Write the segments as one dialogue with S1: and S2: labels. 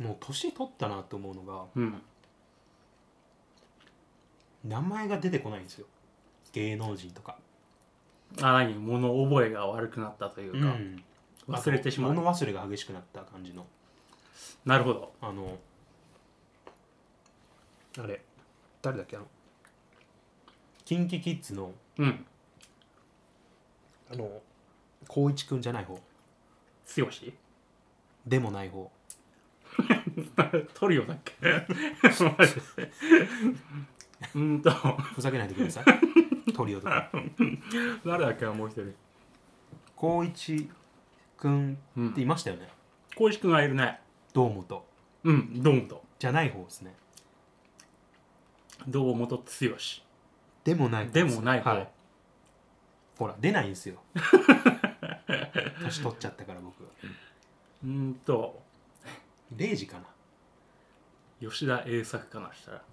S1: もう年取ったなと思うのが
S2: うん
S1: 名前が出てこないんですよ芸能人とか
S2: あ何物覚えが悪くなったというか、
S1: うん
S2: 忘れてし
S1: あ
S2: ま
S1: と
S2: う
S1: 物忘れが激しくなった感じの
S2: なるほど
S1: あのあれ誰だっけあのキンキキッズの
S2: うん
S1: あの光一くんじゃない方
S2: 剛 取
S1: でもない方
S2: るよだっけ マジでうんと
S1: ふざけないでくださ いトリオとか
S2: 誰だっけなもう一人
S1: 光一くん
S2: う
S1: って
S2: ん
S1: いましたよね
S2: 浩司君がいるね
S1: 堂本
S2: うん堂本
S1: じゃない方ですね
S2: 堂本剛
S1: でもない方
S2: ですもない方、
S1: はいほら出ないんですよ 年取っちゃったから僕
S2: うんと
S1: 0時かな
S2: 吉田栄作かなしたら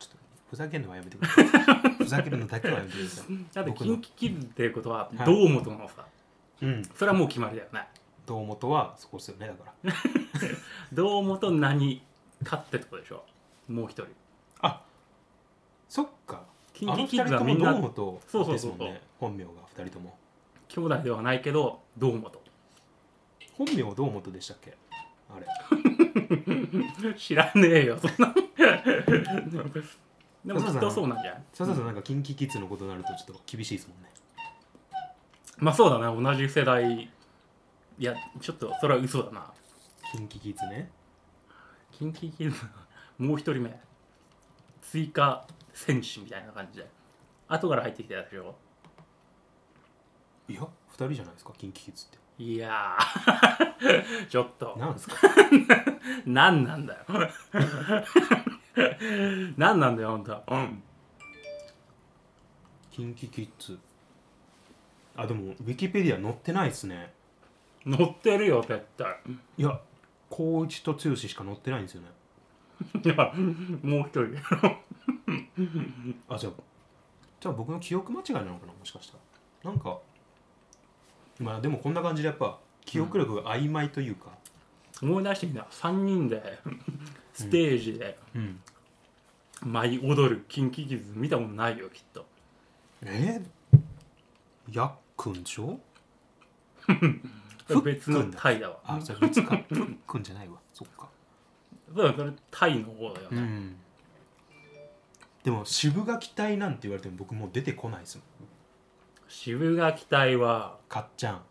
S1: ちょっとふざけるのはやめてくださいふざけるのだけはやめてください
S2: だって
S1: 僕の
S2: KinKi キッズっていうことは
S1: はい
S2: 堂本のさ、
S1: うん
S2: それはもう決まりだよね
S1: 堂本はそこですよねだから
S2: 堂本何かってとこでしょもう一人
S1: あそっか
S2: キ
S1: あ
S2: ン
S1: の
S2: キ
S1: 二人
S2: キッズは
S1: と
S2: み
S1: も
S2: んな
S1: 堂
S2: そ
S1: 本
S2: うそ
S1: で
S2: う
S1: す
S2: そうそ
S1: も
S2: うん
S1: ね本名が二人とも
S2: 兄弟ではないけど堂本
S1: 本名堂本でしたっけあれ
S2: 知らねえよそんな でもきっとそうなんじゃない
S1: 笹田さんなんか KinKiKids のことになるとちょっと厳しいですもんね
S2: まあそうだね同じ世代いやちょっとそれは嘘だな
S1: KinKiKids ね
S2: キンキキッズもう一人目追加選手みたいな感じで後から入ってきたやつでしょ
S1: いや二人じゃないですか KinKiKids って
S2: いやー ちょっと
S1: なんですか
S2: 何なんだよ 何なんだよほんとうん、
S1: KinKiKids あでもウィキペディア載ってないですね
S2: 乗ってるよ絶対
S1: いや光一と剛しか載ってないんですよね
S2: いやもう一人
S1: あじゃあじゃあ僕の記憶間違いなのかなもしかしたらなんかまあでもこんな感じでやっぱ記憶力が曖昧というか、
S2: 思い出してみた3人でステージで
S1: うん
S2: 舞い踊るキンキキッズ見たことないよきっと
S1: えー、やっくんでしょふっくんだ
S2: 別のタイだわ
S1: あじゃあ別かふっくんじゃないわ そっか
S2: そうだそれタイの方だよね、
S1: んでも渋垣隊なんて言われても僕もう出てこないですもん
S2: 渋垣隊は
S1: かっちゃん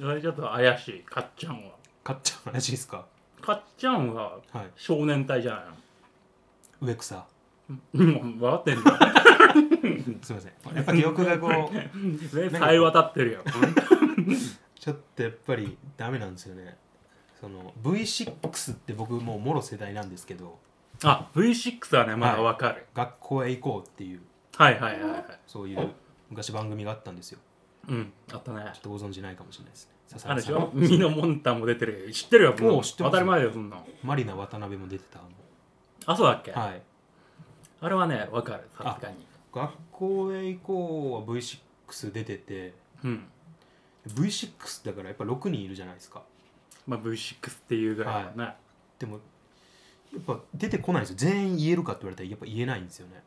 S2: それちょっと怪しいかっちゃんは
S1: かっちゃん怪しいですか
S2: かっちゃんは
S1: はい
S2: 少年隊じゃない
S1: 植草
S2: のうん分かっ てんだ
S1: すいませんやっぱ記憶がこう
S2: 目さえ渡っ てるよ
S1: ちょっとやっぱりダメなんですよねその V6 って僕もうもろ世代なんですけど
S2: あ V6 はねまだ分かる、
S1: 学校へ行こうっていう
S2: はい、はいはいはい
S1: そういう昔番組があったんですよ
S2: うんあったね
S1: ちょっとご存知ないかもしれないですね笹
S2: あ
S1: 原
S2: るで
S1: さ
S2: し
S1: ん
S2: ょミノモンタンも出てるよ知ってるよも
S1: お
S2: う
S1: う知って
S2: 当
S1: ます
S2: たり前だよそんなの
S1: マリナ渡辺も出てたもん
S2: あそうだっけ、
S1: はい
S2: あれはね分かるさすがに
S1: 学校へ行こうは V6 出てて
S2: うん、
S1: V6 だからやっぱ6人いるじゃないですか
S2: まあ、V6 っていうぐらいだね、
S1: でもやっぱ出てこないんですよ全員言えるかって言われたらやっぱ言えないんですよね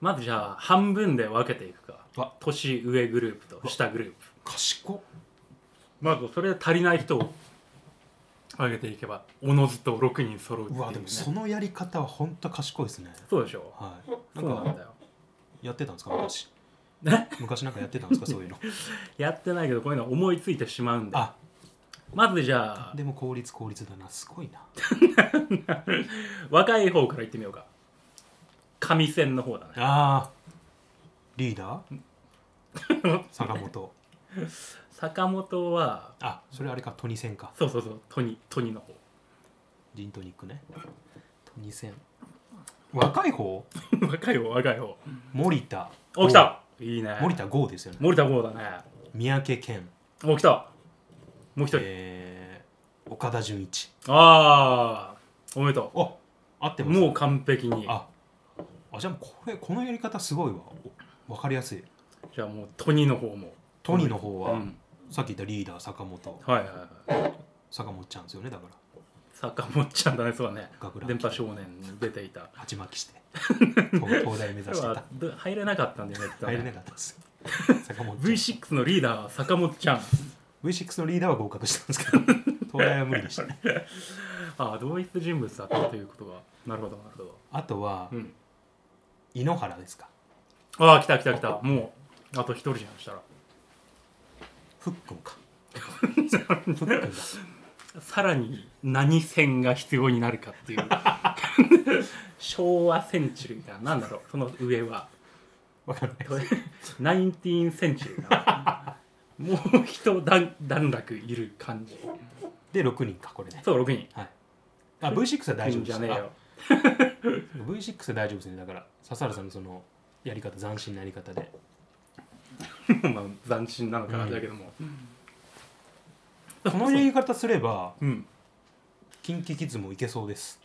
S2: まずじゃあ半分で分けていくか
S1: あ
S2: 年上グループと下グループ
S1: 賢っ
S2: まずそれで足りない人を上げていけばおのずと6人揃うっていう,、
S1: う
S2: ね、
S1: わでもそのやり方は本当賢いですね
S2: そうでしょ
S1: はいな
S2: そうんな
S1: か
S2: んだよ
S1: やってたんですか昔
S2: ね
S1: 昔なんかやってたんですかそういうの
S2: やってないけどこういうの思いついてしまうんで
S1: あ
S2: まずじゃあ
S1: でも効率効率だなすごいな
S2: 若い方からいってみようか上線の方だね
S1: あーリーダー坂本
S2: 坂本は
S1: あそれあれかトニセンか
S2: そうそうそうトニトニの方
S1: ジントニックねトニセン若い方
S2: 若い方若い方
S1: 森田
S2: 起きたいいね
S1: 森田剛ですよね
S2: 森田剛だね
S1: 三宅健
S2: 起きたもう一人、
S1: えー、岡田准一
S2: ああおめでと
S1: あ合って
S2: う
S1: ます
S2: もう完璧に
S1: ああじゃあこれこのやり方すごいわおわかりやすい
S2: じゃあもうトニの方も
S1: トニの方は、
S2: うん
S1: さっき言ったリーダー坂本
S2: はいはいはい
S1: 坂本ちゃんですよねだから
S2: 坂本ちゃんだねそうだね
S1: 学ラン
S2: 電波少年に出ていた
S1: 鉢巻き して東東大目指
S2: それ
S1: して
S2: は
S1: た
S2: ど入れなかったんだよね
S1: 入れなかったです坂本ちゃん
S2: V6 のリーダー坂本ちゃん
S1: V6 のリーダーは合格したんですけど東大は無理でしたね
S2: ああ同一人物だったということがなるほどなるほど、
S1: あとは
S2: うん、
S1: 井ノ原ですか
S2: ああ来た来た来たもうあと一人じゃんしたら
S1: ふっくん かふっくんだ
S2: さらに何線が必要になるかっていう 昭和センチュリーかなんだろうその上は
S1: わかんない
S2: ナインティーンセンチュリーかなもう一段段落いる感じ
S1: で6人かこれね
S2: そう6人
S1: はいあ V6 は大丈夫
S2: じ
S1: で
S2: ゃ
S1: す
S2: ねえよ
S1: V6 は大丈夫ですねだから笹原さんのそのやり方斬新なやり方 で
S2: まあ斬新なのかなだけども、
S1: このやり方すれば
S2: うん、
S1: キンキキッズもいけそうです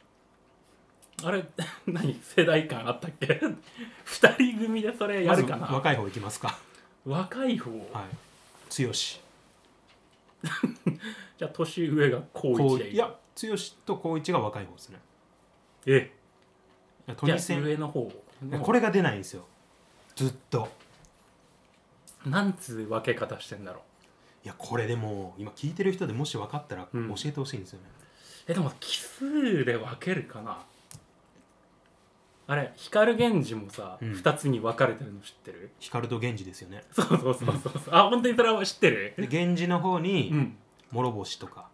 S2: あれ 何世代間あったっけ 二人組でそれやるかな、
S1: まず若い方いきますか
S2: 若い方、
S1: はい剛
S2: じゃあ年上が高
S1: こ
S2: 一
S1: う
S2: でいい
S1: いや剛と光一が若い方ですね
S2: え
S1: いや都
S2: じゃ
S1: 議
S2: あ
S1: 選い
S2: 上の方
S1: やこれが出ないんですよずっと
S2: なんつう分け方してんだろう
S1: いやこれでも今聞いてる人でもし分かったら
S2: うん
S1: 教えてほしいんですよね、
S2: えでも奇数で分けるかなあれ光源氏もさ、
S1: うん
S2: 二つに分かれてるの知ってる
S1: 光と源氏ですよね
S2: そうそうそうそうそうあ本当にそれは知って
S1: で
S2: る
S1: 源氏の方
S2: う
S1: に
S2: ん
S1: 諸星とか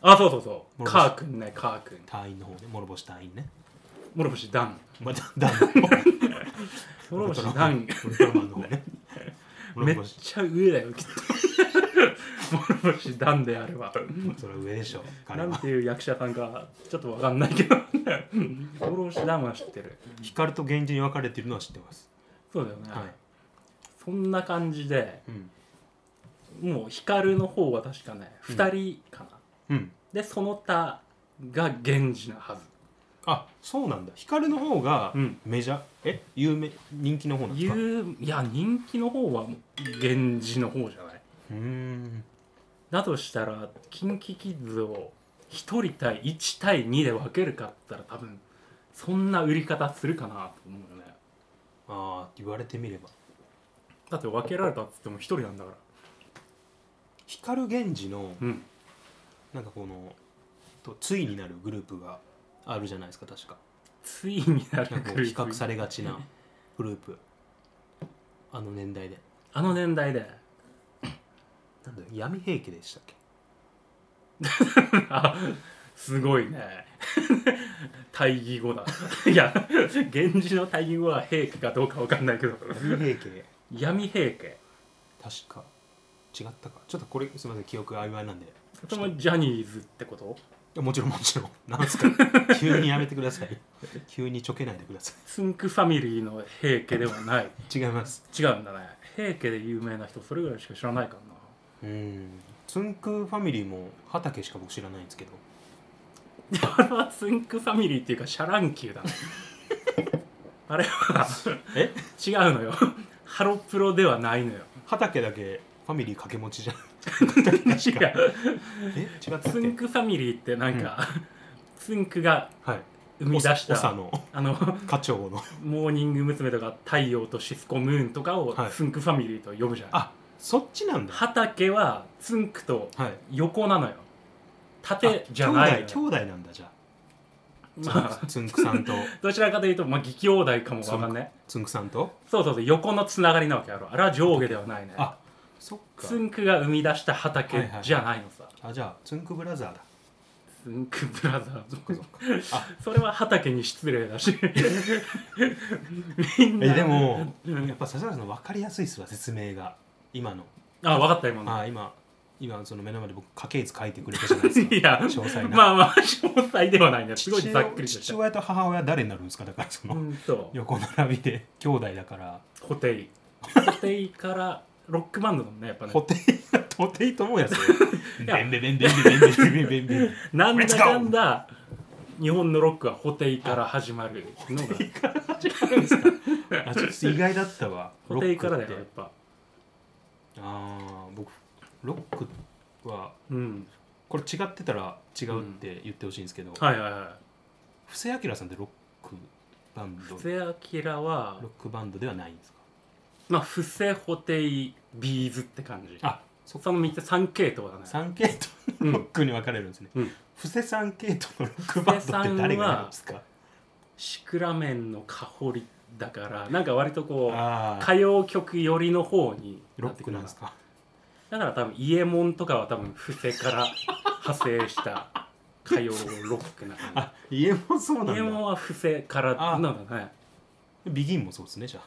S2: あそうそうそう
S1: 諸星
S2: カー君ねカー君
S1: 隊員の方ね諸星隊員ね
S2: 諸星ダン
S1: まあだだんの方
S2: 諸星ダン
S1: ウルトラマンの方 ね諸
S2: めっ
S1: 星
S2: ちゃ上だよきっと諸星ダンであれば
S1: それは上でしょ彼
S2: なん
S1: は
S2: ていう役者さんかちょっと分かんないけど諸星ダンは知ってる
S1: 光と源氏に分かれてるのは知ってます、
S2: そうだよね、
S1: はい
S2: そんな感じで
S1: うん
S2: もう光の方は確かね
S1: うん
S2: 2人かな、
S1: うん、
S2: でその他が源氏なはず、
S1: あそうなんだ光の方が
S2: うん、
S1: メジャー、え有名人気の方なんですか
S2: 有いや人気の方はもう源氏の方じゃないう
S1: ーん
S2: だとしたら KinKiKids を1人対1対2で分けるかって言ったら多分そんな売り方するかなと思うよね
S1: ああ言われてみれば
S2: だって分けられたっつっても1人なんだから
S1: 光源氏の
S2: うん
S1: なんかこのとついになるグループがあるじゃないですか確か
S2: ついにな
S1: な
S2: る
S1: んかこ
S2: グ
S1: う
S2: ル
S1: 比
S2: ープ
S1: 較されがちなグループあの年代で
S2: あの年代で
S1: なんだ闇平家でしたっけ
S2: あすごいね大義語だいや源氏の大義語は平家かどうか分かんないけど
S1: 闇平家
S2: 闇平家
S1: 確か違ったかちょっとこれすみません記憶曖昧なんで
S2: それもジャニーズってこと
S1: いやもちろんもちろんなん すか急にやめてください急にちょけないでくださ
S2: スンクファミリーの平家ではない
S1: い違います
S2: 違うんだね平家で有名な人それぐらいしか知らないからな
S1: うんつんくファミリーも畑しか僕知らないんですけど
S2: あれはスンクファミリーっていうかシャランキュー だねあれは
S1: え
S2: 違うのよハロプロではないのよ
S1: 畑だけファミリー掛け持 ちじゃん
S2: 違
S1: 確か
S2: う
S1: え違ったっけ
S2: スンクファミリーってなんか、スンクが
S1: はい
S2: 生み出し
S1: おさ
S2: た
S1: の
S2: あの
S1: 課長の
S2: モーニング娘。とか太陽とシスコムーンとかを
S1: はい
S2: スンクファミリーと呼ぶじゃない、
S1: あそっちなんだ
S2: 畑はツンクと
S1: はい
S2: 横なのよ縦
S1: あ
S2: じゃないのよ
S1: 兄弟兄弟なんだじゃ
S2: ま
S1: あ
S2: あ
S1: つんくさ んと
S2: どちらかというと、まあ、義兄弟かもわかんね
S1: つんくさんと
S2: そうそうそう横のつながりなわけやろあれは上下ではないね
S1: あそっか
S2: つんくが生み出した
S1: はい
S2: 畑
S1: はい
S2: じゃないのさ、
S1: あじゃあつんくブラザーだ
S2: つんくブラザー
S1: そ
S2: ズ
S1: っかそっかあ
S2: それは畑に失礼 だしみんな
S1: えでも
S2: うん
S1: やっぱ笹原さん分かりやすいっすわ説明が今の
S2: あ分かった今の
S1: あ今今その目の前で僕家系図書いてくれたじゃないですか
S2: いや
S1: 詳細な
S2: まあまあ詳細ではないね す
S1: 父
S2: ごい
S1: 親
S2: ざっくりとし
S1: 父
S2: た
S1: 親と母親誰になるんですかだからその、
S2: うんと
S1: 横並びで兄弟だから
S2: ホテイホテイからロックバンドだもんねやっぱね
S1: ホテイホテイと思うやつ
S2: や
S1: ベンベンベンベンベンベンベンベンベンベン
S2: なんだかんだ日本のロックはホテイから始まるのが
S1: あちょっと意外だったわ
S2: ホテイからだ
S1: ロッ
S2: よ
S1: ク
S2: や
S1: っ
S2: っ
S1: て
S2: ぱ
S1: ああ僕ロックは
S2: うん
S1: これ違ってたら違うって言ってほしいんですけど、
S2: はいはいは
S1: 布施明さんってロックバン
S2: い
S1: ド
S2: 布
S1: ロ
S2: 施明は
S1: ックバンドではないんですか
S2: まあ布施ホテイビーズって感じ
S1: あそっか
S2: その3つ3系統だね
S1: 3系統のロックに分かれるんですね、
S2: うん
S1: 布施さん系統のロックバンドって誰がやるんですか
S2: シクラメンの香りだからなんか割とこう
S1: ああ
S2: 歌謡曲寄りの方に
S1: ロ
S2: って
S1: ック
S2: くる
S1: なんですか
S2: だから多分「伊右衛門」とかは多分布施から派生した歌謡ロックな感
S1: あ家もそう
S2: じ伊右衛
S1: なんだ
S2: 門は布施から
S1: あ
S2: なんだね
S1: ビギンもそうですねじゃあ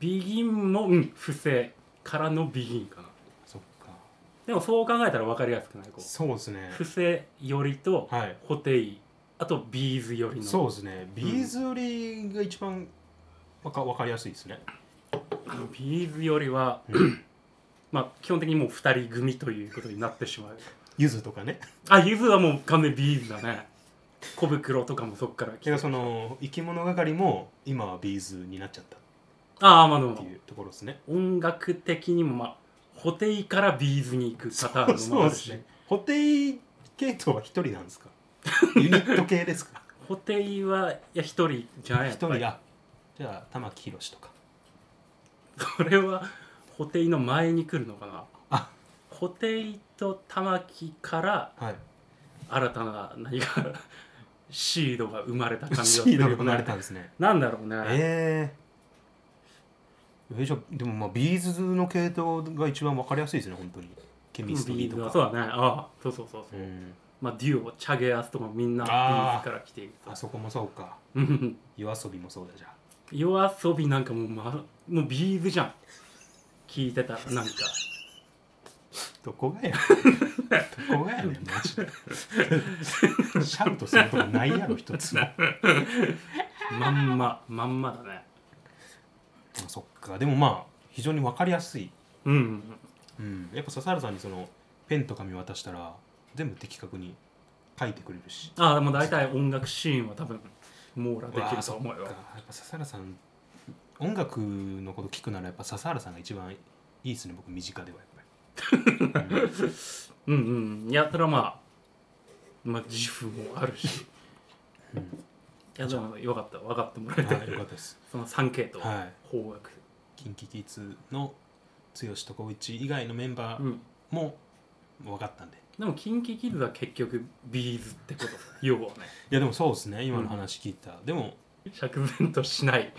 S2: ビギンもうん布施からのビギンかな
S1: そっか
S2: でもそう考えたら分かりやすくないこ
S1: そうですね
S2: う布施寄りと
S1: はい
S2: ホテイあとビーズ寄りの
S1: そうですねビーズ売りが一番わかわかりやすいです ね
S2: ビーズ寄りは、まあ基本的にもう2人組ということになってしまう
S1: ゆずとかね
S2: あゆずはもう完全にビーズだね小袋とかもそっから来
S1: て
S2: て
S1: かその生き物係も今はビーズになっちゃった
S2: ああまあでも
S1: っていうところですね
S2: 音楽的にもまあホテイからビーズに行くパターンも あ
S1: そう
S2: る
S1: で
S2: し
S1: すね補填系統は一人なんです かユニット系ですか
S2: ホテイはいや一人じゃないや
S1: 一
S2: っぱり
S1: 人あじゃあ玉木宏とか
S2: これはホテイの前に来るのかな
S1: あ
S2: ホテイと玉木から
S1: はい
S2: 新たな何かシードが生まれた感じ
S1: シ
S2: がする
S1: ード
S2: よね
S1: が生まれたんですね
S2: なんだろうね、
S1: えー、えじゃあでもまあビーズの系統が一番わかりやすいですね本当にケミストリー
S2: ビーズ
S1: と
S2: は
S1: か
S2: そうだねああそうそうそうそう、
S1: うん
S2: まあデュオチャゲアスとかみんなビ
S1: あ
S2: ー
S1: ー
S2: ズから来ている
S1: あそこもそうか
S2: うん
S1: 夜遊びもそうだじゃあ
S2: 夜遊びなんかもう,、ま、もうビーズじゃん聞いてたらなんか
S1: どこがやどこがやねんマジでシャウトするとこないやろ一つも
S2: まんままんまだね
S1: あそっかでもまあ非常に分かりやすい、
S2: うんうんうん
S1: うん、やっぱ笹原さんにそのペンと紙渡したら全部的確に書いてくれるし
S2: ああでも大体音楽シーンは多分網羅でき
S1: わあ
S2: ると思うよ
S1: そっかやっぱ笹原さん音楽のこと聞くならやっぱ笹原さんが一番いいですね僕身近ではやっぱり、うん
S2: うんうんいやそれはまあまあ自負もあるし、いやでもよかった分かってもらえて、
S1: はい、よかったです
S2: その3系統、
S1: はい
S2: 邦楽
S1: KinKiKids の剛と光一以外のメンバ
S2: う
S1: ー
S2: ん
S1: も分かったんで、い
S2: でも KinKiKids は結局ビーズってこと要はね
S1: やでもそうですね今の話聞いた、でも
S2: 釈然とし ない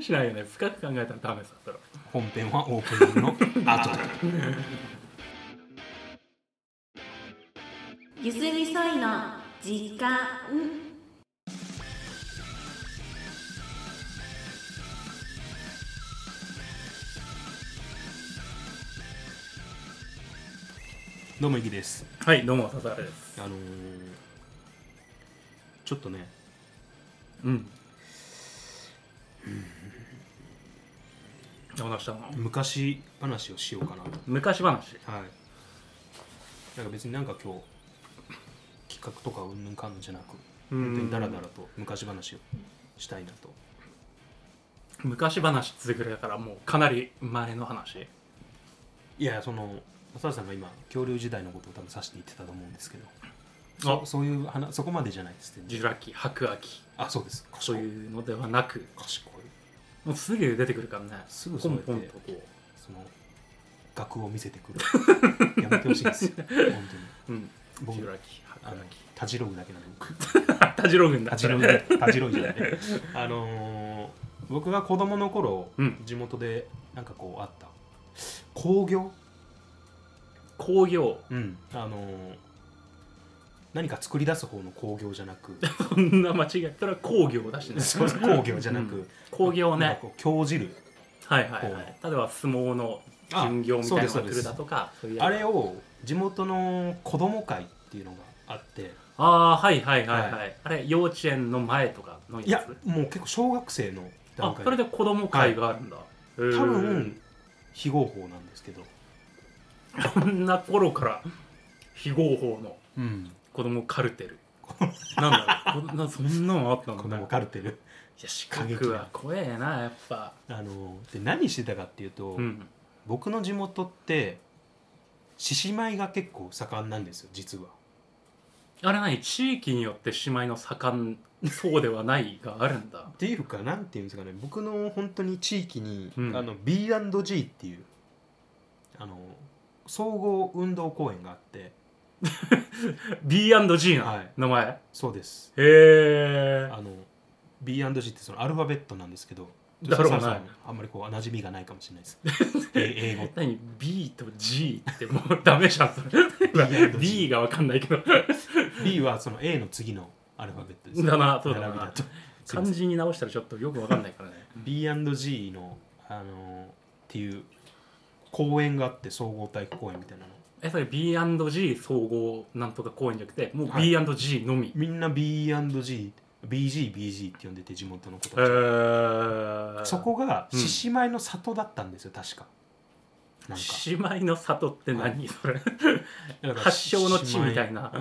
S2: しないよね深く考えたらダメさそれは
S1: 本編はオープニ ングの後で
S3: ゆすりそいの時間
S1: どうもイギです
S2: はいどうも笹原です
S1: あのー、ちょっとね
S2: うんどうしたの
S1: 昔話をしようかなと
S2: 昔話
S1: はいなんか別になんか今日企画とかうんぬんかんぬんじゃなく
S2: うん
S1: 本当にダラダラと昔話をしたいなと
S2: 昔話ってぐらいだからもうかなり前の話
S1: いやその浅田さんが今恐竜時代のことを多分指して言ってたと思うんですけど
S2: あ
S1: そそういう話そこまでじゃないです全然
S2: ジュラ紀白亜紀
S1: あそうです
S2: と
S1: 賢い
S2: いうのではなく
S1: 賢い
S2: もうすぐ出てくるからね
S1: すぐ
S2: ポ
S1: それ
S2: ン
S1: で
S2: ポンとこう、
S1: その額を見せて くるやめてほしいんですよ本
S2: うん、
S1: 当 に
S2: ジ
S1: 僕
S2: ュラ紀白
S1: あ
S2: 亜
S1: のたじろぐだけなんで僕
S2: 紀 タジログンだ
S1: たじろいじゃ ないたじろいじゃないねあのー僕が子供の頃、
S2: うん
S1: 地元でなんかこうあった工業、
S2: 工業
S1: うんあのー何か作り出す方の工業じゃな く
S2: そんな間違いそれは工業だしね
S1: そう工業じゃなく、
S2: うん 工業
S1: なんか こ
S2: ね
S1: う京汁
S2: はいはい
S1: こ
S2: はい例えば相撲の巡業みたいなのをするだとかそういうやつ
S1: あれを地元の子供会っていうのがあって
S2: ああーはいはいはいはい、
S1: は
S2: あれ幼稚園の前とかの
S1: い
S2: や
S1: や
S2: つ
S1: もう結構小学生の段
S2: あそれ
S1: 階
S2: で子供会があるんだ、へー
S1: 多分非合法なんですけど、
S2: こんな頃から非合法の
S1: うん、
S2: 子供カ ルテルなんだろうこんなそんなのあったんだ
S1: 子
S2: ね
S1: 供カルテル
S2: いや資格は怖えなやっぱ
S1: あのーで何してたかっていうと、
S2: うん
S1: 僕の地元って獅子舞が結構盛んなんですよ実は
S2: あれ何地域によってしまいの盛んそうではないがあるんだ
S1: っていうかなんていうんですかね僕の本当に地域に、
S2: うん
S1: あの B&G っていうあの総合運動公園があって
S2: B&G の、
S1: はい
S2: 名前へ
S1: そうです
S2: え
S1: あの B&G ってそのアルファベットなんですけど
S2: だろうな
S1: ちょっとそもそもあんまりこう馴染みがないかもしれない ですえ英語
S2: 何 B と G ってもうダ メじゃんそれ
S1: B&G
S2: B がわかんないけ ど
S1: B はその A の次のアルファベットです
S2: だなそうだな
S1: 並びだとすい
S2: 漢
S1: ません
S2: 字に直したらちょっとよくわかんないからね
S1: B&G のあのっていう公園があって総合体育公園みたいなの
S2: えそれ B&G 総合なんとか公園じゃなくてもう
S1: はい
S2: B&G のみ、
S1: みんな B&GBGBG って呼んでて地元の子たち、
S2: えー、
S1: そこが
S2: うん
S1: 獅子舞の里だったんですよ確かなんか
S2: 獅子舞の里って何、それ
S1: だから
S2: 発祥の地みたいな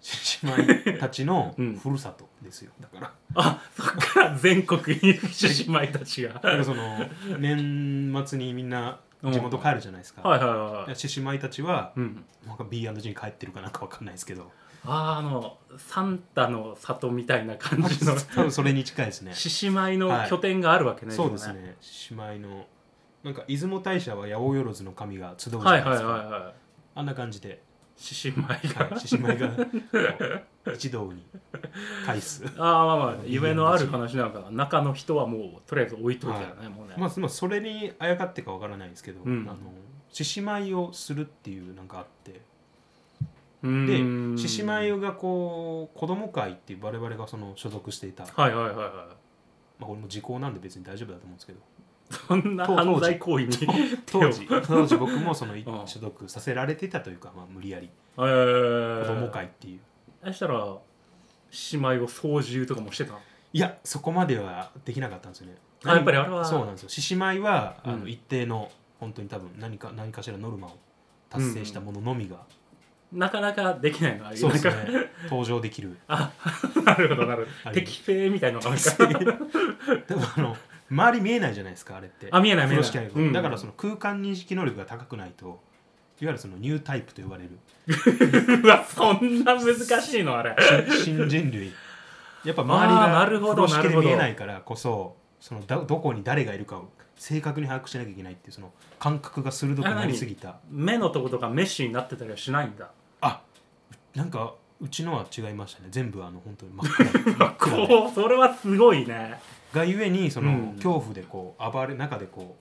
S1: 獅子舞たちの
S2: うん
S1: ふるさとですよ、だから
S2: あそっから全国に獅子舞たちが
S1: なんかその年末にみんな地元帰るじゃないですか
S2: はいはいはいはい
S1: 獅子舞たちは
S2: うん
S1: なんか B&G に帰ってるかなんかわかんないですけど
S2: あーあのサンタの里みたいな感じの
S1: 多分それに近いです ね
S2: 獅子舞の拠点があるわけね、
S1: そうですね獅子舞のなんか出雲大社は八百万の神が集うじゃ
S2: は
S1: ない
S2: い
S1: ですか、
S2: はいはいはい
S1: あんな感じで
S2: 獅子舞が、
S1: はい獅子舞がこう一堂に返す
S2: ああまあまあ夢のある話なんかな中の人はもうとりあえず置いといたらね、もうね、
S1: まあ、まあそれにあやかってかわからないですけど、
S2: うん
S1: あの獅子舞をするっていうなんかあって
S2: うーん
S1: で獅子舞がこう子供会っていう我々がその所属していた、ま
S2: はいはいはいはい
S1: あ、俺も時効なんで別に大丈夫だと思うん ですけど
S2: そんな犯罪行為に手を
S1: 当時当時僕もその
S2: ん
S1: 所属させられてたというか、まあ、無理やり
S2: えー
S1: 子供会っていう
S2: そしたら姉妹を操縦とかもしてたの
S1: いやそこまではできなかったんですよね
S2: あやっぱりあれは
S1: そうなんですよ獅子舞はあ
S2: う
S1: の
S2: ん
S1: 一定の、本当に多分何か何かしらノルマを達成したもののみが、
S2: なかなかできないのああいう
S1: そうですね
S2: なんか
S1: 登場できる
S2: あ なるほどなるほ
S1: あ
S2: ど
S1: り
S2: 敵兵みたいなのがなんか
S1: でもあの周り見えないじゃないですかあれって
S2: あ見えない見えない
S1: 風呂敷あるから
S2: うん
S1: だからその空間認識能力が高くないといわゆるそのニュータイプと呼ばれる
S2: うわそんな難しいのあれ
S1: 新人類やっぱ
S2: あーな
S1: 周り
S2: る
S1: が
S2: ほ
S1: 風呂
S2: ど
S1: 敷
S2: なる
S1: で
S2: ほど
S1: 見えないからこそそのだどこに誰がいるかを正確に把握しなきゃいけないっていうその感覚が鋭くなりすぎた
S2: 目のとことかメッシュになってたりはしないんだ
S1: あなんかうちのは違いましたね全部あの本当に真っ暗で真っ暗で
S2: こうそれはすごいね
S1: がゆえにその、
S2: うん
S1: 恐怖でこう暴れ中でこ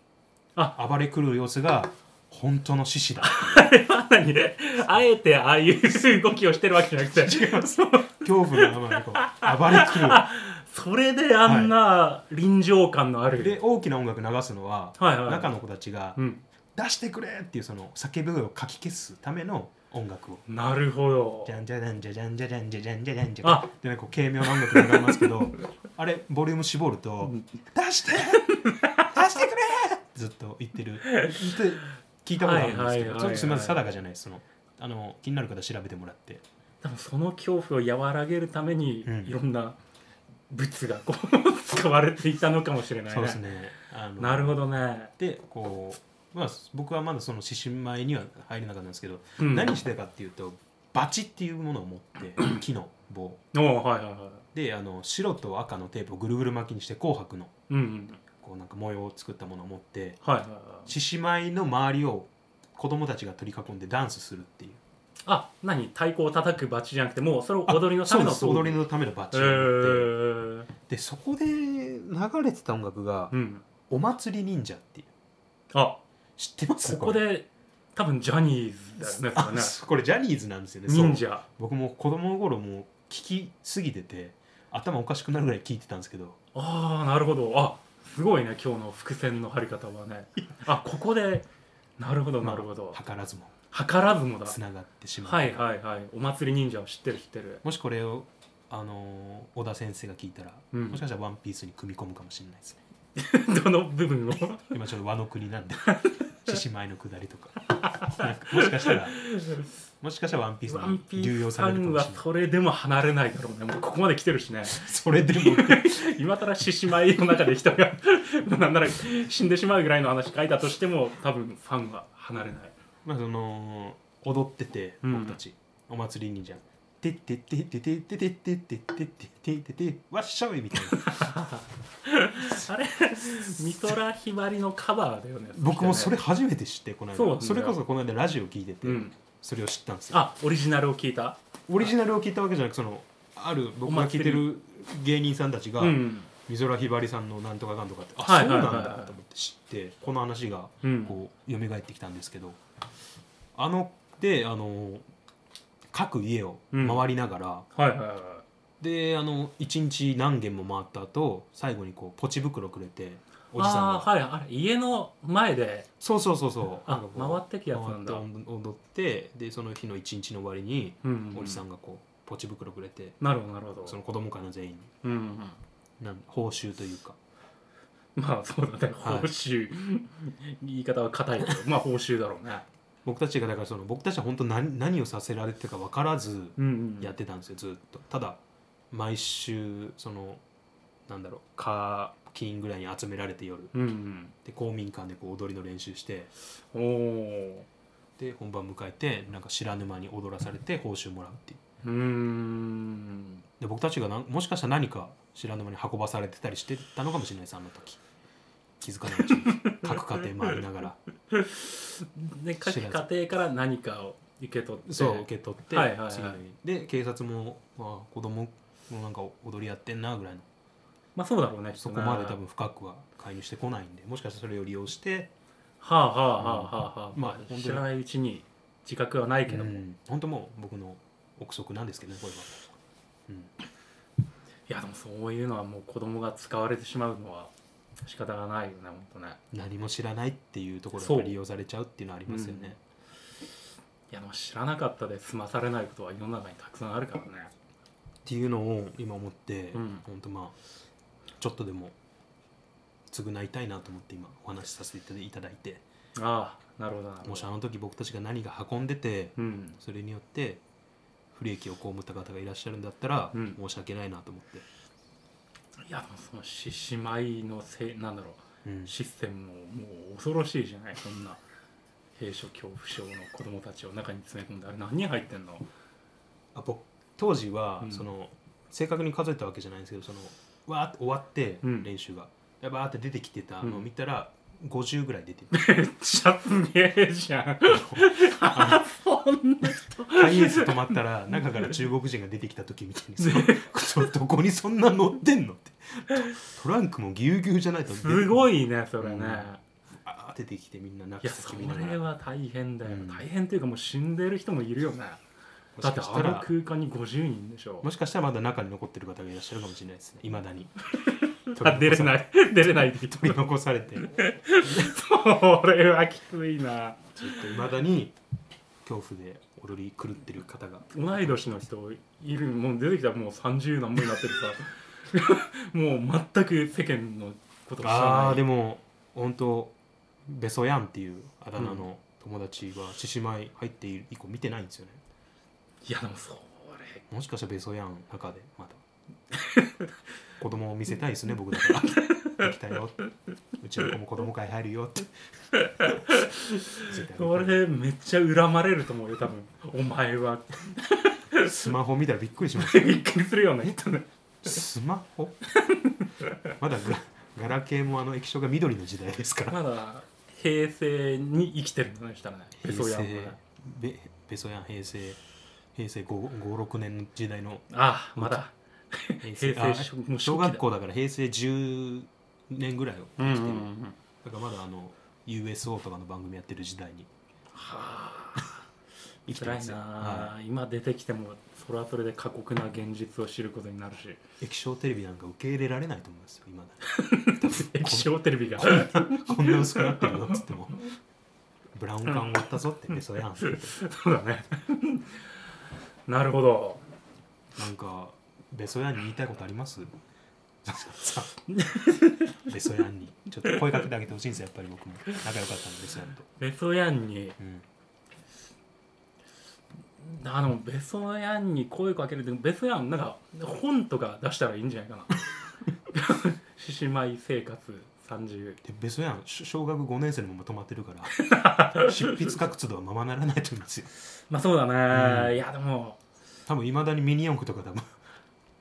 S2: あ
S1: う暴れ狂う様子が本当の獅子だ
S2: まさにねあえてああいう動きをしてるわけじゃなくて
S1: 恐怖のままにこう暴れ狂
S2: それであんな臨場感のあ
S1: う
S2: る、
S1: で大きな音楽流すのは、
S2: はいはい
S1: 中の子たちが
S2: うん、
S1: 「出してくれ!」っていうその叫び声をかき消すための音楽を。
S2: なるほど
S1: じゃんじゃじゃんじゃじゃんじゃじゃんじゃじゃんじゃじゃんじゃ
S2: あ
S1: でねこう軽妙な音楽流れますけどあれボリューム絞ると
S2: うん
S1: 「出して出してくれ!」ずっと言ってるって聞いたことあるんですけ
S2: はいはいはい
S1: ど
S2: はい
S1: ちょっとすみません定かじゃないですそのあの気になる方調べてもらって
S2: でもその恐怖を和らげるために、
S1: うん
S2: いろんな物がこう使われていたのかもしれないね
S1: そうですねあの
S2: なるほどね、
S1: でこう、まあ、僕はまだその獅子舞には入れなかったんですけど、
S2: うん、
S1: 何してたかっていうとバチっていうものを持って木の棒
S2: おおはいはいはい
S1: であの白と赤のテープをぐるぐる巻きにして紅白の
S2: うんうん
S1: こうなんか模様を作ったものを持って
S2: はいはいはい
S1: 獅子舞の周りを子供たちが取り囲んでダンスするっていう
S2: あ何太鼓を叩くバチじゃなくてもうそれを踊りのための
S1: あそうです踊り
S2: の
S1: のためのバ
S2: え
S1: チを持って、
S2: ー、
S1: でそこで流れてた音楽が
S2: うん
S1: 「お祭り忍者」っていう
S2: あ
S1: 知ってます
S2: ここで多分ジャニーズだよね
S1: あ
S2: それね
S1: これジャニーズなんですよねそう
S2: 忍者
S1: 僕も子供の頃もう聞きすぎてて頭おかしくなるぐらい聞いてたんですけど
S2: ああなるほどあすごいね今日の伏線の張り方はねあここでなるほど
S1: ま
S2: な
S1: あ
S2: るほど、
S1: 図らずも
S2: 計らずもだ
S1: つながってしまう、
S2: はいはいはいお祭り忍者を知ってる知ってる
S1: もしこれを、あのー小田先生が聞いたら、
S2: うん
S1: もしかしたら「ワンピースに組み込むかもしれないですね
S2: どの部分を
S1: 今ちょっと和の国なんで獅子舞のくだりとかなんかもしかしたらもしかしたら「ワンピース
S2: ワンピ
S1: に流
S2: ー
S1: 用
S2: ス
S1: さ
S2: さ
S1: れるか
S2: ん
S1: も
S2: は
S1: しれない
S2: それでも離れないだろうねもうここまで来てるしね
S1: それでも
S2: 今更獅子舞の中で人が なんなら死んでしまうぐらいの話書いたとしても多分ファンは離れない
S1: まあその踊ってて
S2: うん
S1: 僕たち、お祭りにじゃん「てってってってってってってってってってってってってってわっしゃい」みたいな
S2: あれ美空ひばりのカバーだよね
S1: 僕もそれ初めて知ってこの間
S2: そうな
S1: そ,、
S2: んだよ
S1: れこそこの間ラジオ聞いてて、
S2: うん
S1: それを知ったんですよ
S2: あオリジナルを聞いた
S1: オリジナルを聞いたわけじゃなくそのある僕が聞いてる芸人さんたちが、
S2: うん
S1: 美空ひばりさんの「なんとかなんとか」ってあ、
S2: はいはいはい
S1: そうなんだと思って知ってこの話が
S2: うん
S1: こう蘇ってきたんですけどあのであの各家を回りながら、
S2: はいはいは
S1: であの1日何軒も回った後最後にこうポチ袋くれて
S2: い
S1: おじさんが、
S2: あーはいあれ家の前で
S1: そうそうそうそう
S2: あ
S1: の
S2: 回ってくやつなんだ
S1: 回って踊ってでその日の一日の終わりに
S2: うん
S1: おじさんがこうポチ袋くれて、
S2: なるほどなるほど
S1: その子供会の全員に
S2: うんうん
S1: なん報酬というか
S2: まあそうだね
S1: はい
S2: 報酬言い方は硬いけどまあ報酬だろうね
S1: 僕たちがだからその僕たちは本当何何をさせられてたか分からず
S2: うん
S1: やってたんですよずっとただ毎週そのなんだろう課金ぐらいに集められて夜
S2: うん
S1: で公民館でこう踊りの練習して
S2: うんおお
S1: で本番迎えてなんか知らぬ間に踊らされて報酬もらうっていう
S2: うーん
S1: で僕たちがなんもしかしたら何か知らぬ間に運ばされてたりしてたのかもしれないですあの時気づかないうちに 各家庭回りながら
S2: で各
S1: 知らず
S2: 家庭から何かを受け取って
S1: そう受け取って、
S2: はいはいはい
S1: 次の日で警察もあ子供のなんか踊りやってんなぐらいの
S2: まあそうだろうね
S1: そこまで多
S2: は
S1: 分深くは介入してこないんでもしかしたらそれを利用して
S2: あはあはあはあはあ、
S1: うんまあ
S2: ま
S1: 本当
S2: あ
S1: に
S2: 知らないうちに自覚はないけども、
S1: う
S2: い
S1: ん本当もう僕の憶測なんですけどねこれは、うん、
S2: やでもそういうのはもう子供が使われてしまうのは仕方がないよね本当ね
S1: 何も知らないっていうところ
S2: そう
S1: が利用されちゃうっていうのはありますよね、
S2: いやでも知らなかったで済まされないことは世の中にたくさんあるからね
S1: っていうのを今思って、
S2: うん
S1: 本当まあちょっとでも償いたいなと思って今お話しさせていただいて
S2: ああなるほどなるほ
S1: もしあ
S2: ど
S1: の時僕たちが何が運んでて
S2: うん
S1: それによって不利益を被った方がいらっしゃるんだったら、
S2: うん
S1: 申し訳ないなと思って、
S2: いやでもその獅子舞のせいなんだろ
S1: うん
S2: うシステムももう恐ろしいじゃないそんな閉所恐怖症の子供たちを中に詰め込んであれ何人入ってんの
S1: あ僕当時は、
S2: うん
S1: その正確に数えたわけじゃないんですけどそのわーって終わって、
S2: うん
S1: 練習がでバーって出てきてたのを
S2: うん
S1: 見たら、50ぐらい出て
S2: めっちゃすげえじゃんそんな
S1: ハイエース止まったら中から中国人が出てきた時みたいにそのどこにそんな乗ってんのってトトランクもぎゅうぎゅうじゃないと
S2: すご
S1: い
S2: いねそれね、
S1: うんあー出てきてみんな中
S2: いやそ
S1: 先見なが
S2: れ
S1: ら
S2: は大変だよ、
S1: うん
S2: 大変というかもう死んでる人もいるよね
S1: も
S2: だ
S1: し
S2: って
S1: か
S2: あ
S1: した
S2: の
S1: ら
S2: 空間に50人でしょ
S1: もしかしたらまだ中に残ってる方がいらっしゃるかもしれないですねいまだに
S2: あ出れないい 出れないでいいと
S1: 取り残されて
S2: それはきついな
S1: ちょっといまだに恐怖で踊り狂ってる方が
S2: 同い年の人いるもう出てきたらもう30何もになってるさ もう全く世間のことを知らない
S1: あーで
S2: も
S1: も本当ベソヤンっていうあだ名の友達は獅子舞入っている以降見てないんですよね
S2: いやでもそれ
S1: もしかしたらベソヤンの中でま た子供を見せたいですね僕だからできたよってうちの子も子供会入るよって見せてあ
S2: そ
S1: げたい
S2: れめっちゃ恨まれると思うよ多分お前は
S1: スマホ見たらびっくりしますよ
S2: びっくりするような人ね
S1: スマホまだガガラケーもあの液晶が緑の時代ですから
S2: まだ平成に生きてるんだねしたらね
S1: 平
S2: そうやんは
S1: 成
S2: ね
S1: べベソヤン平成平成56年の時代の
S2: ああまだ
S1: 平
S2: 成
S1: あ
S2: 初もう初期だ
S1: 小学校だから平成10年ぐらいを
S2: うん
S1: 生きてる、だからまだあの USO とかの番組やってる時代に
S2: はあ
S1: 生きて
S2: 辛
S1: ま
S2: い
S1: すよ
S2: なあ、
S1: は
S2: 今出てきてもそれはそれで過酷な現実を知ることに なるし
S1: い液晶テレビなんか受け入れられないと思いますよ今だ
S2: 液晶テレビが
S1: に こんな薄くなってるよっつってもブラウン管終わったぞってベソヤンって
S2: そうだねなるほど
S1: なんかベソヤンに言いたいことあります さベソヤンにちょっと声かけてあげてほしいんですよやっぱり僕も仲良かったんでベソヤンと、
S2: ベソヤンに
S1: うん、
S2: あのベソヤンに声かけるってベソヤ ンなんか本とか出したらいいんじゃないかな獅子舞生活30
S1: で別やんし小学5年生のまま止まってるから 執筆活動はままならないと思いますよ
S2: まあそうだね、
S1: う
S2: いやでも
S1: 多分いまだにミニ四駆とか多分好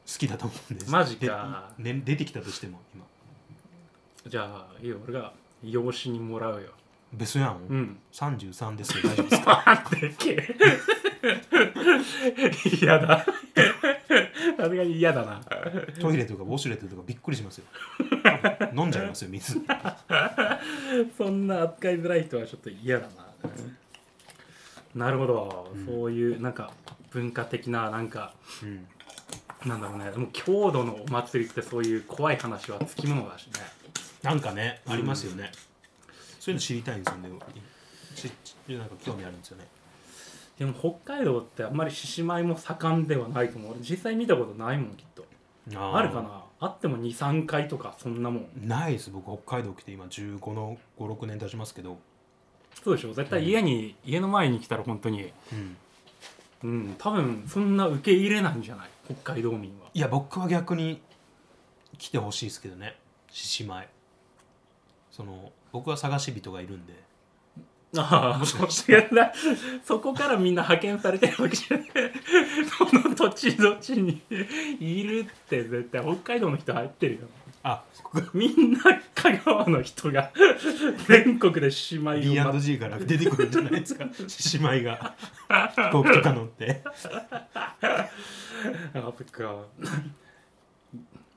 S1: きだと思うんです
S2: マジか
S1: で、ね、出てきたとしても今
S2: じゃあいいよ俺が養子にもらうよ
S1: 別やん、
S2: うん
S1: 33ですけど大丈夫です か
S2: でっけえ嫌ださすがに嫌だな
S1: トイレとかウォシュレットとかびっくりし ますよ飲んじゃいますよ水
S2: そんな扱いづらい人はちょっと嫌だななるほど、
S1: うん
S2: そういうなんか文化的ななんか
S1: うん
S2: なんだろうねもう郷土のお祭りってそういう怖い話はつきものだしね
S1: なんかね、
S2: うん
S1: ありますよね。そういうの知りたいんですよね。ちちなんか興味あるんですよね。
S2: でも北海道ってあんまり獅子舞も盛んではないと思う俺実際見たことないもんきっと
S1: あ
S2: あるかなあっても23回とかそんなもん
S1: ないです。僕、北海道来て今15の5、6年経ちますけど、
S2: そうでしょ絶対家に、家の前に来たら本当に
S1: うん
S2: うん多分そんな受け入れないんじゃない北海道民はい
S1: や、僕は逆に来てほしいですけどね。獅子舞。その、僕は探し人がいるんで。
S2: ああ、そう違うな。 そこからみんな派遣されてるわけじゃない。その土地土地にいるって絶対北海道の人入ってるよ。
S1: あ、
S2: みんな香川の人が全国で姉妹を待っ
S1: B&G から出てくるんじゃないです か。獅子舞が。飛行機とか乗って。
S2: あそっか。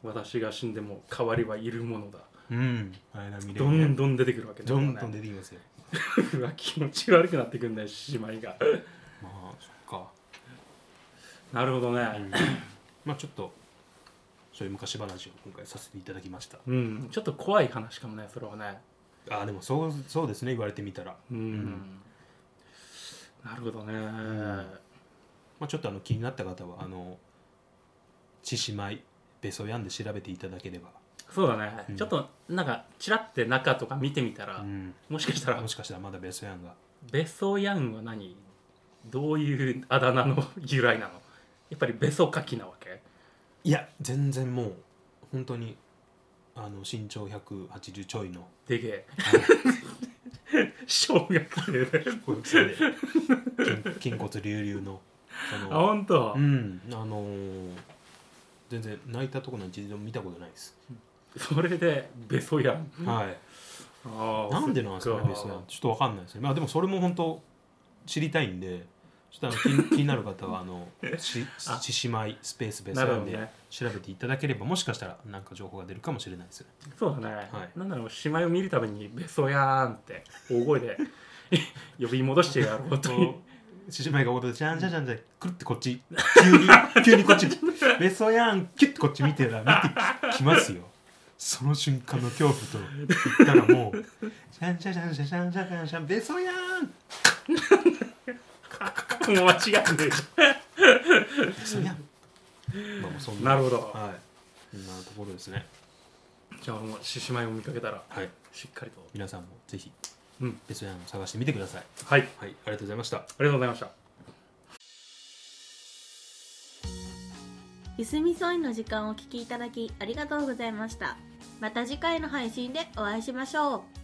S2: 私が死んでも代わりはいるものだ。
S1: うん。あれな、見れ
S2: ど
S1: るね
S2: んどん出てくるわけだ
S1: どんどん
S2: ね。
S1: 出てきますよ。
S2: うわ気持ち悪くなってくんだよ姉妹が。
S1: まあ、そっか。
S2: なるほど
S1: う
S2: ね
S1: ん。まあちょっとそういう昔話を今回させていただきました
S2: うん、ちょっと怖い話かもね、それはね。
S1: ああでもそうそうですね言われてみたら、
S2: うんなるほどね、
S1: まあ、ちょっとあの気になった方はあの獅子舞ベソヤンで調べていただければ、
S2: そうだね、
S1: うん
S2: ちょっとなんかちらって中とか見てみたら、
S1: うん
S2: もしかしたら
S1: もしかしたらまだベソヤンが
S2: ベソヤンは何どういうあだ名の 由来なのやっぱりベソカキなわけ
S1: いや全然もう本当にあの身長180ちょいの
S2: でげえ
S1: あの
S2: 小学生で
S1: 小学生で筋筋骨隆々のそ
S2: あ
S1: の
S2: 本当、
S1: うんあのー全然泣いたとこなんて一度も見たことないです、
S2: それでベソヤン
S1: はい
S2: あー
S1: なんでなんですかね
S2: そっ
S1: ベストなんてちょっとわかんないですねまあでもそれも本当知りたいんでちょっとあの気気に なる方はあのし
S2: あ
S1: 獅子舞スペースベス
S2: なる
S1: ト
S2: ほど
S1: で
S2: ね
S1: 調べていただければもしかしたらなんか情報が出るかもしれないですよね
S2: そうだね、
S1: はい
S2: なんだろう姉妹を見るために「ベソヤン」って大声で 呼び戻してやろうという
S1: 獅子舞が踊ってじゃんじゃんじゃんじゃんくるってこっち急に 急にこっちベストやんキュッてこっち見てら見てきますよその瞬間の恐怖と言ったらもう「じゃんじゃんじゃんじゃんじゃんじゃんじゃんじゃんベストやん
S2: もう間違ってる
S1: ベストやん」まあもうそんな
S2: なるほど
S1: はい。そんなところですね。
S2: じゃあ俺も 獅子舞を見かけたら
S1: はい。
S2: しっかりと
S1: 皆さんもぜひ、
S2: うん
S1: 別の案を探してみてください。
S2: はいあり
S1: はい。ありがとうございました。
S2: がとうございました
S3: ゆすみそいの時間をお聞きいただきありがとうございましたまた次回の配信でお会いしましょう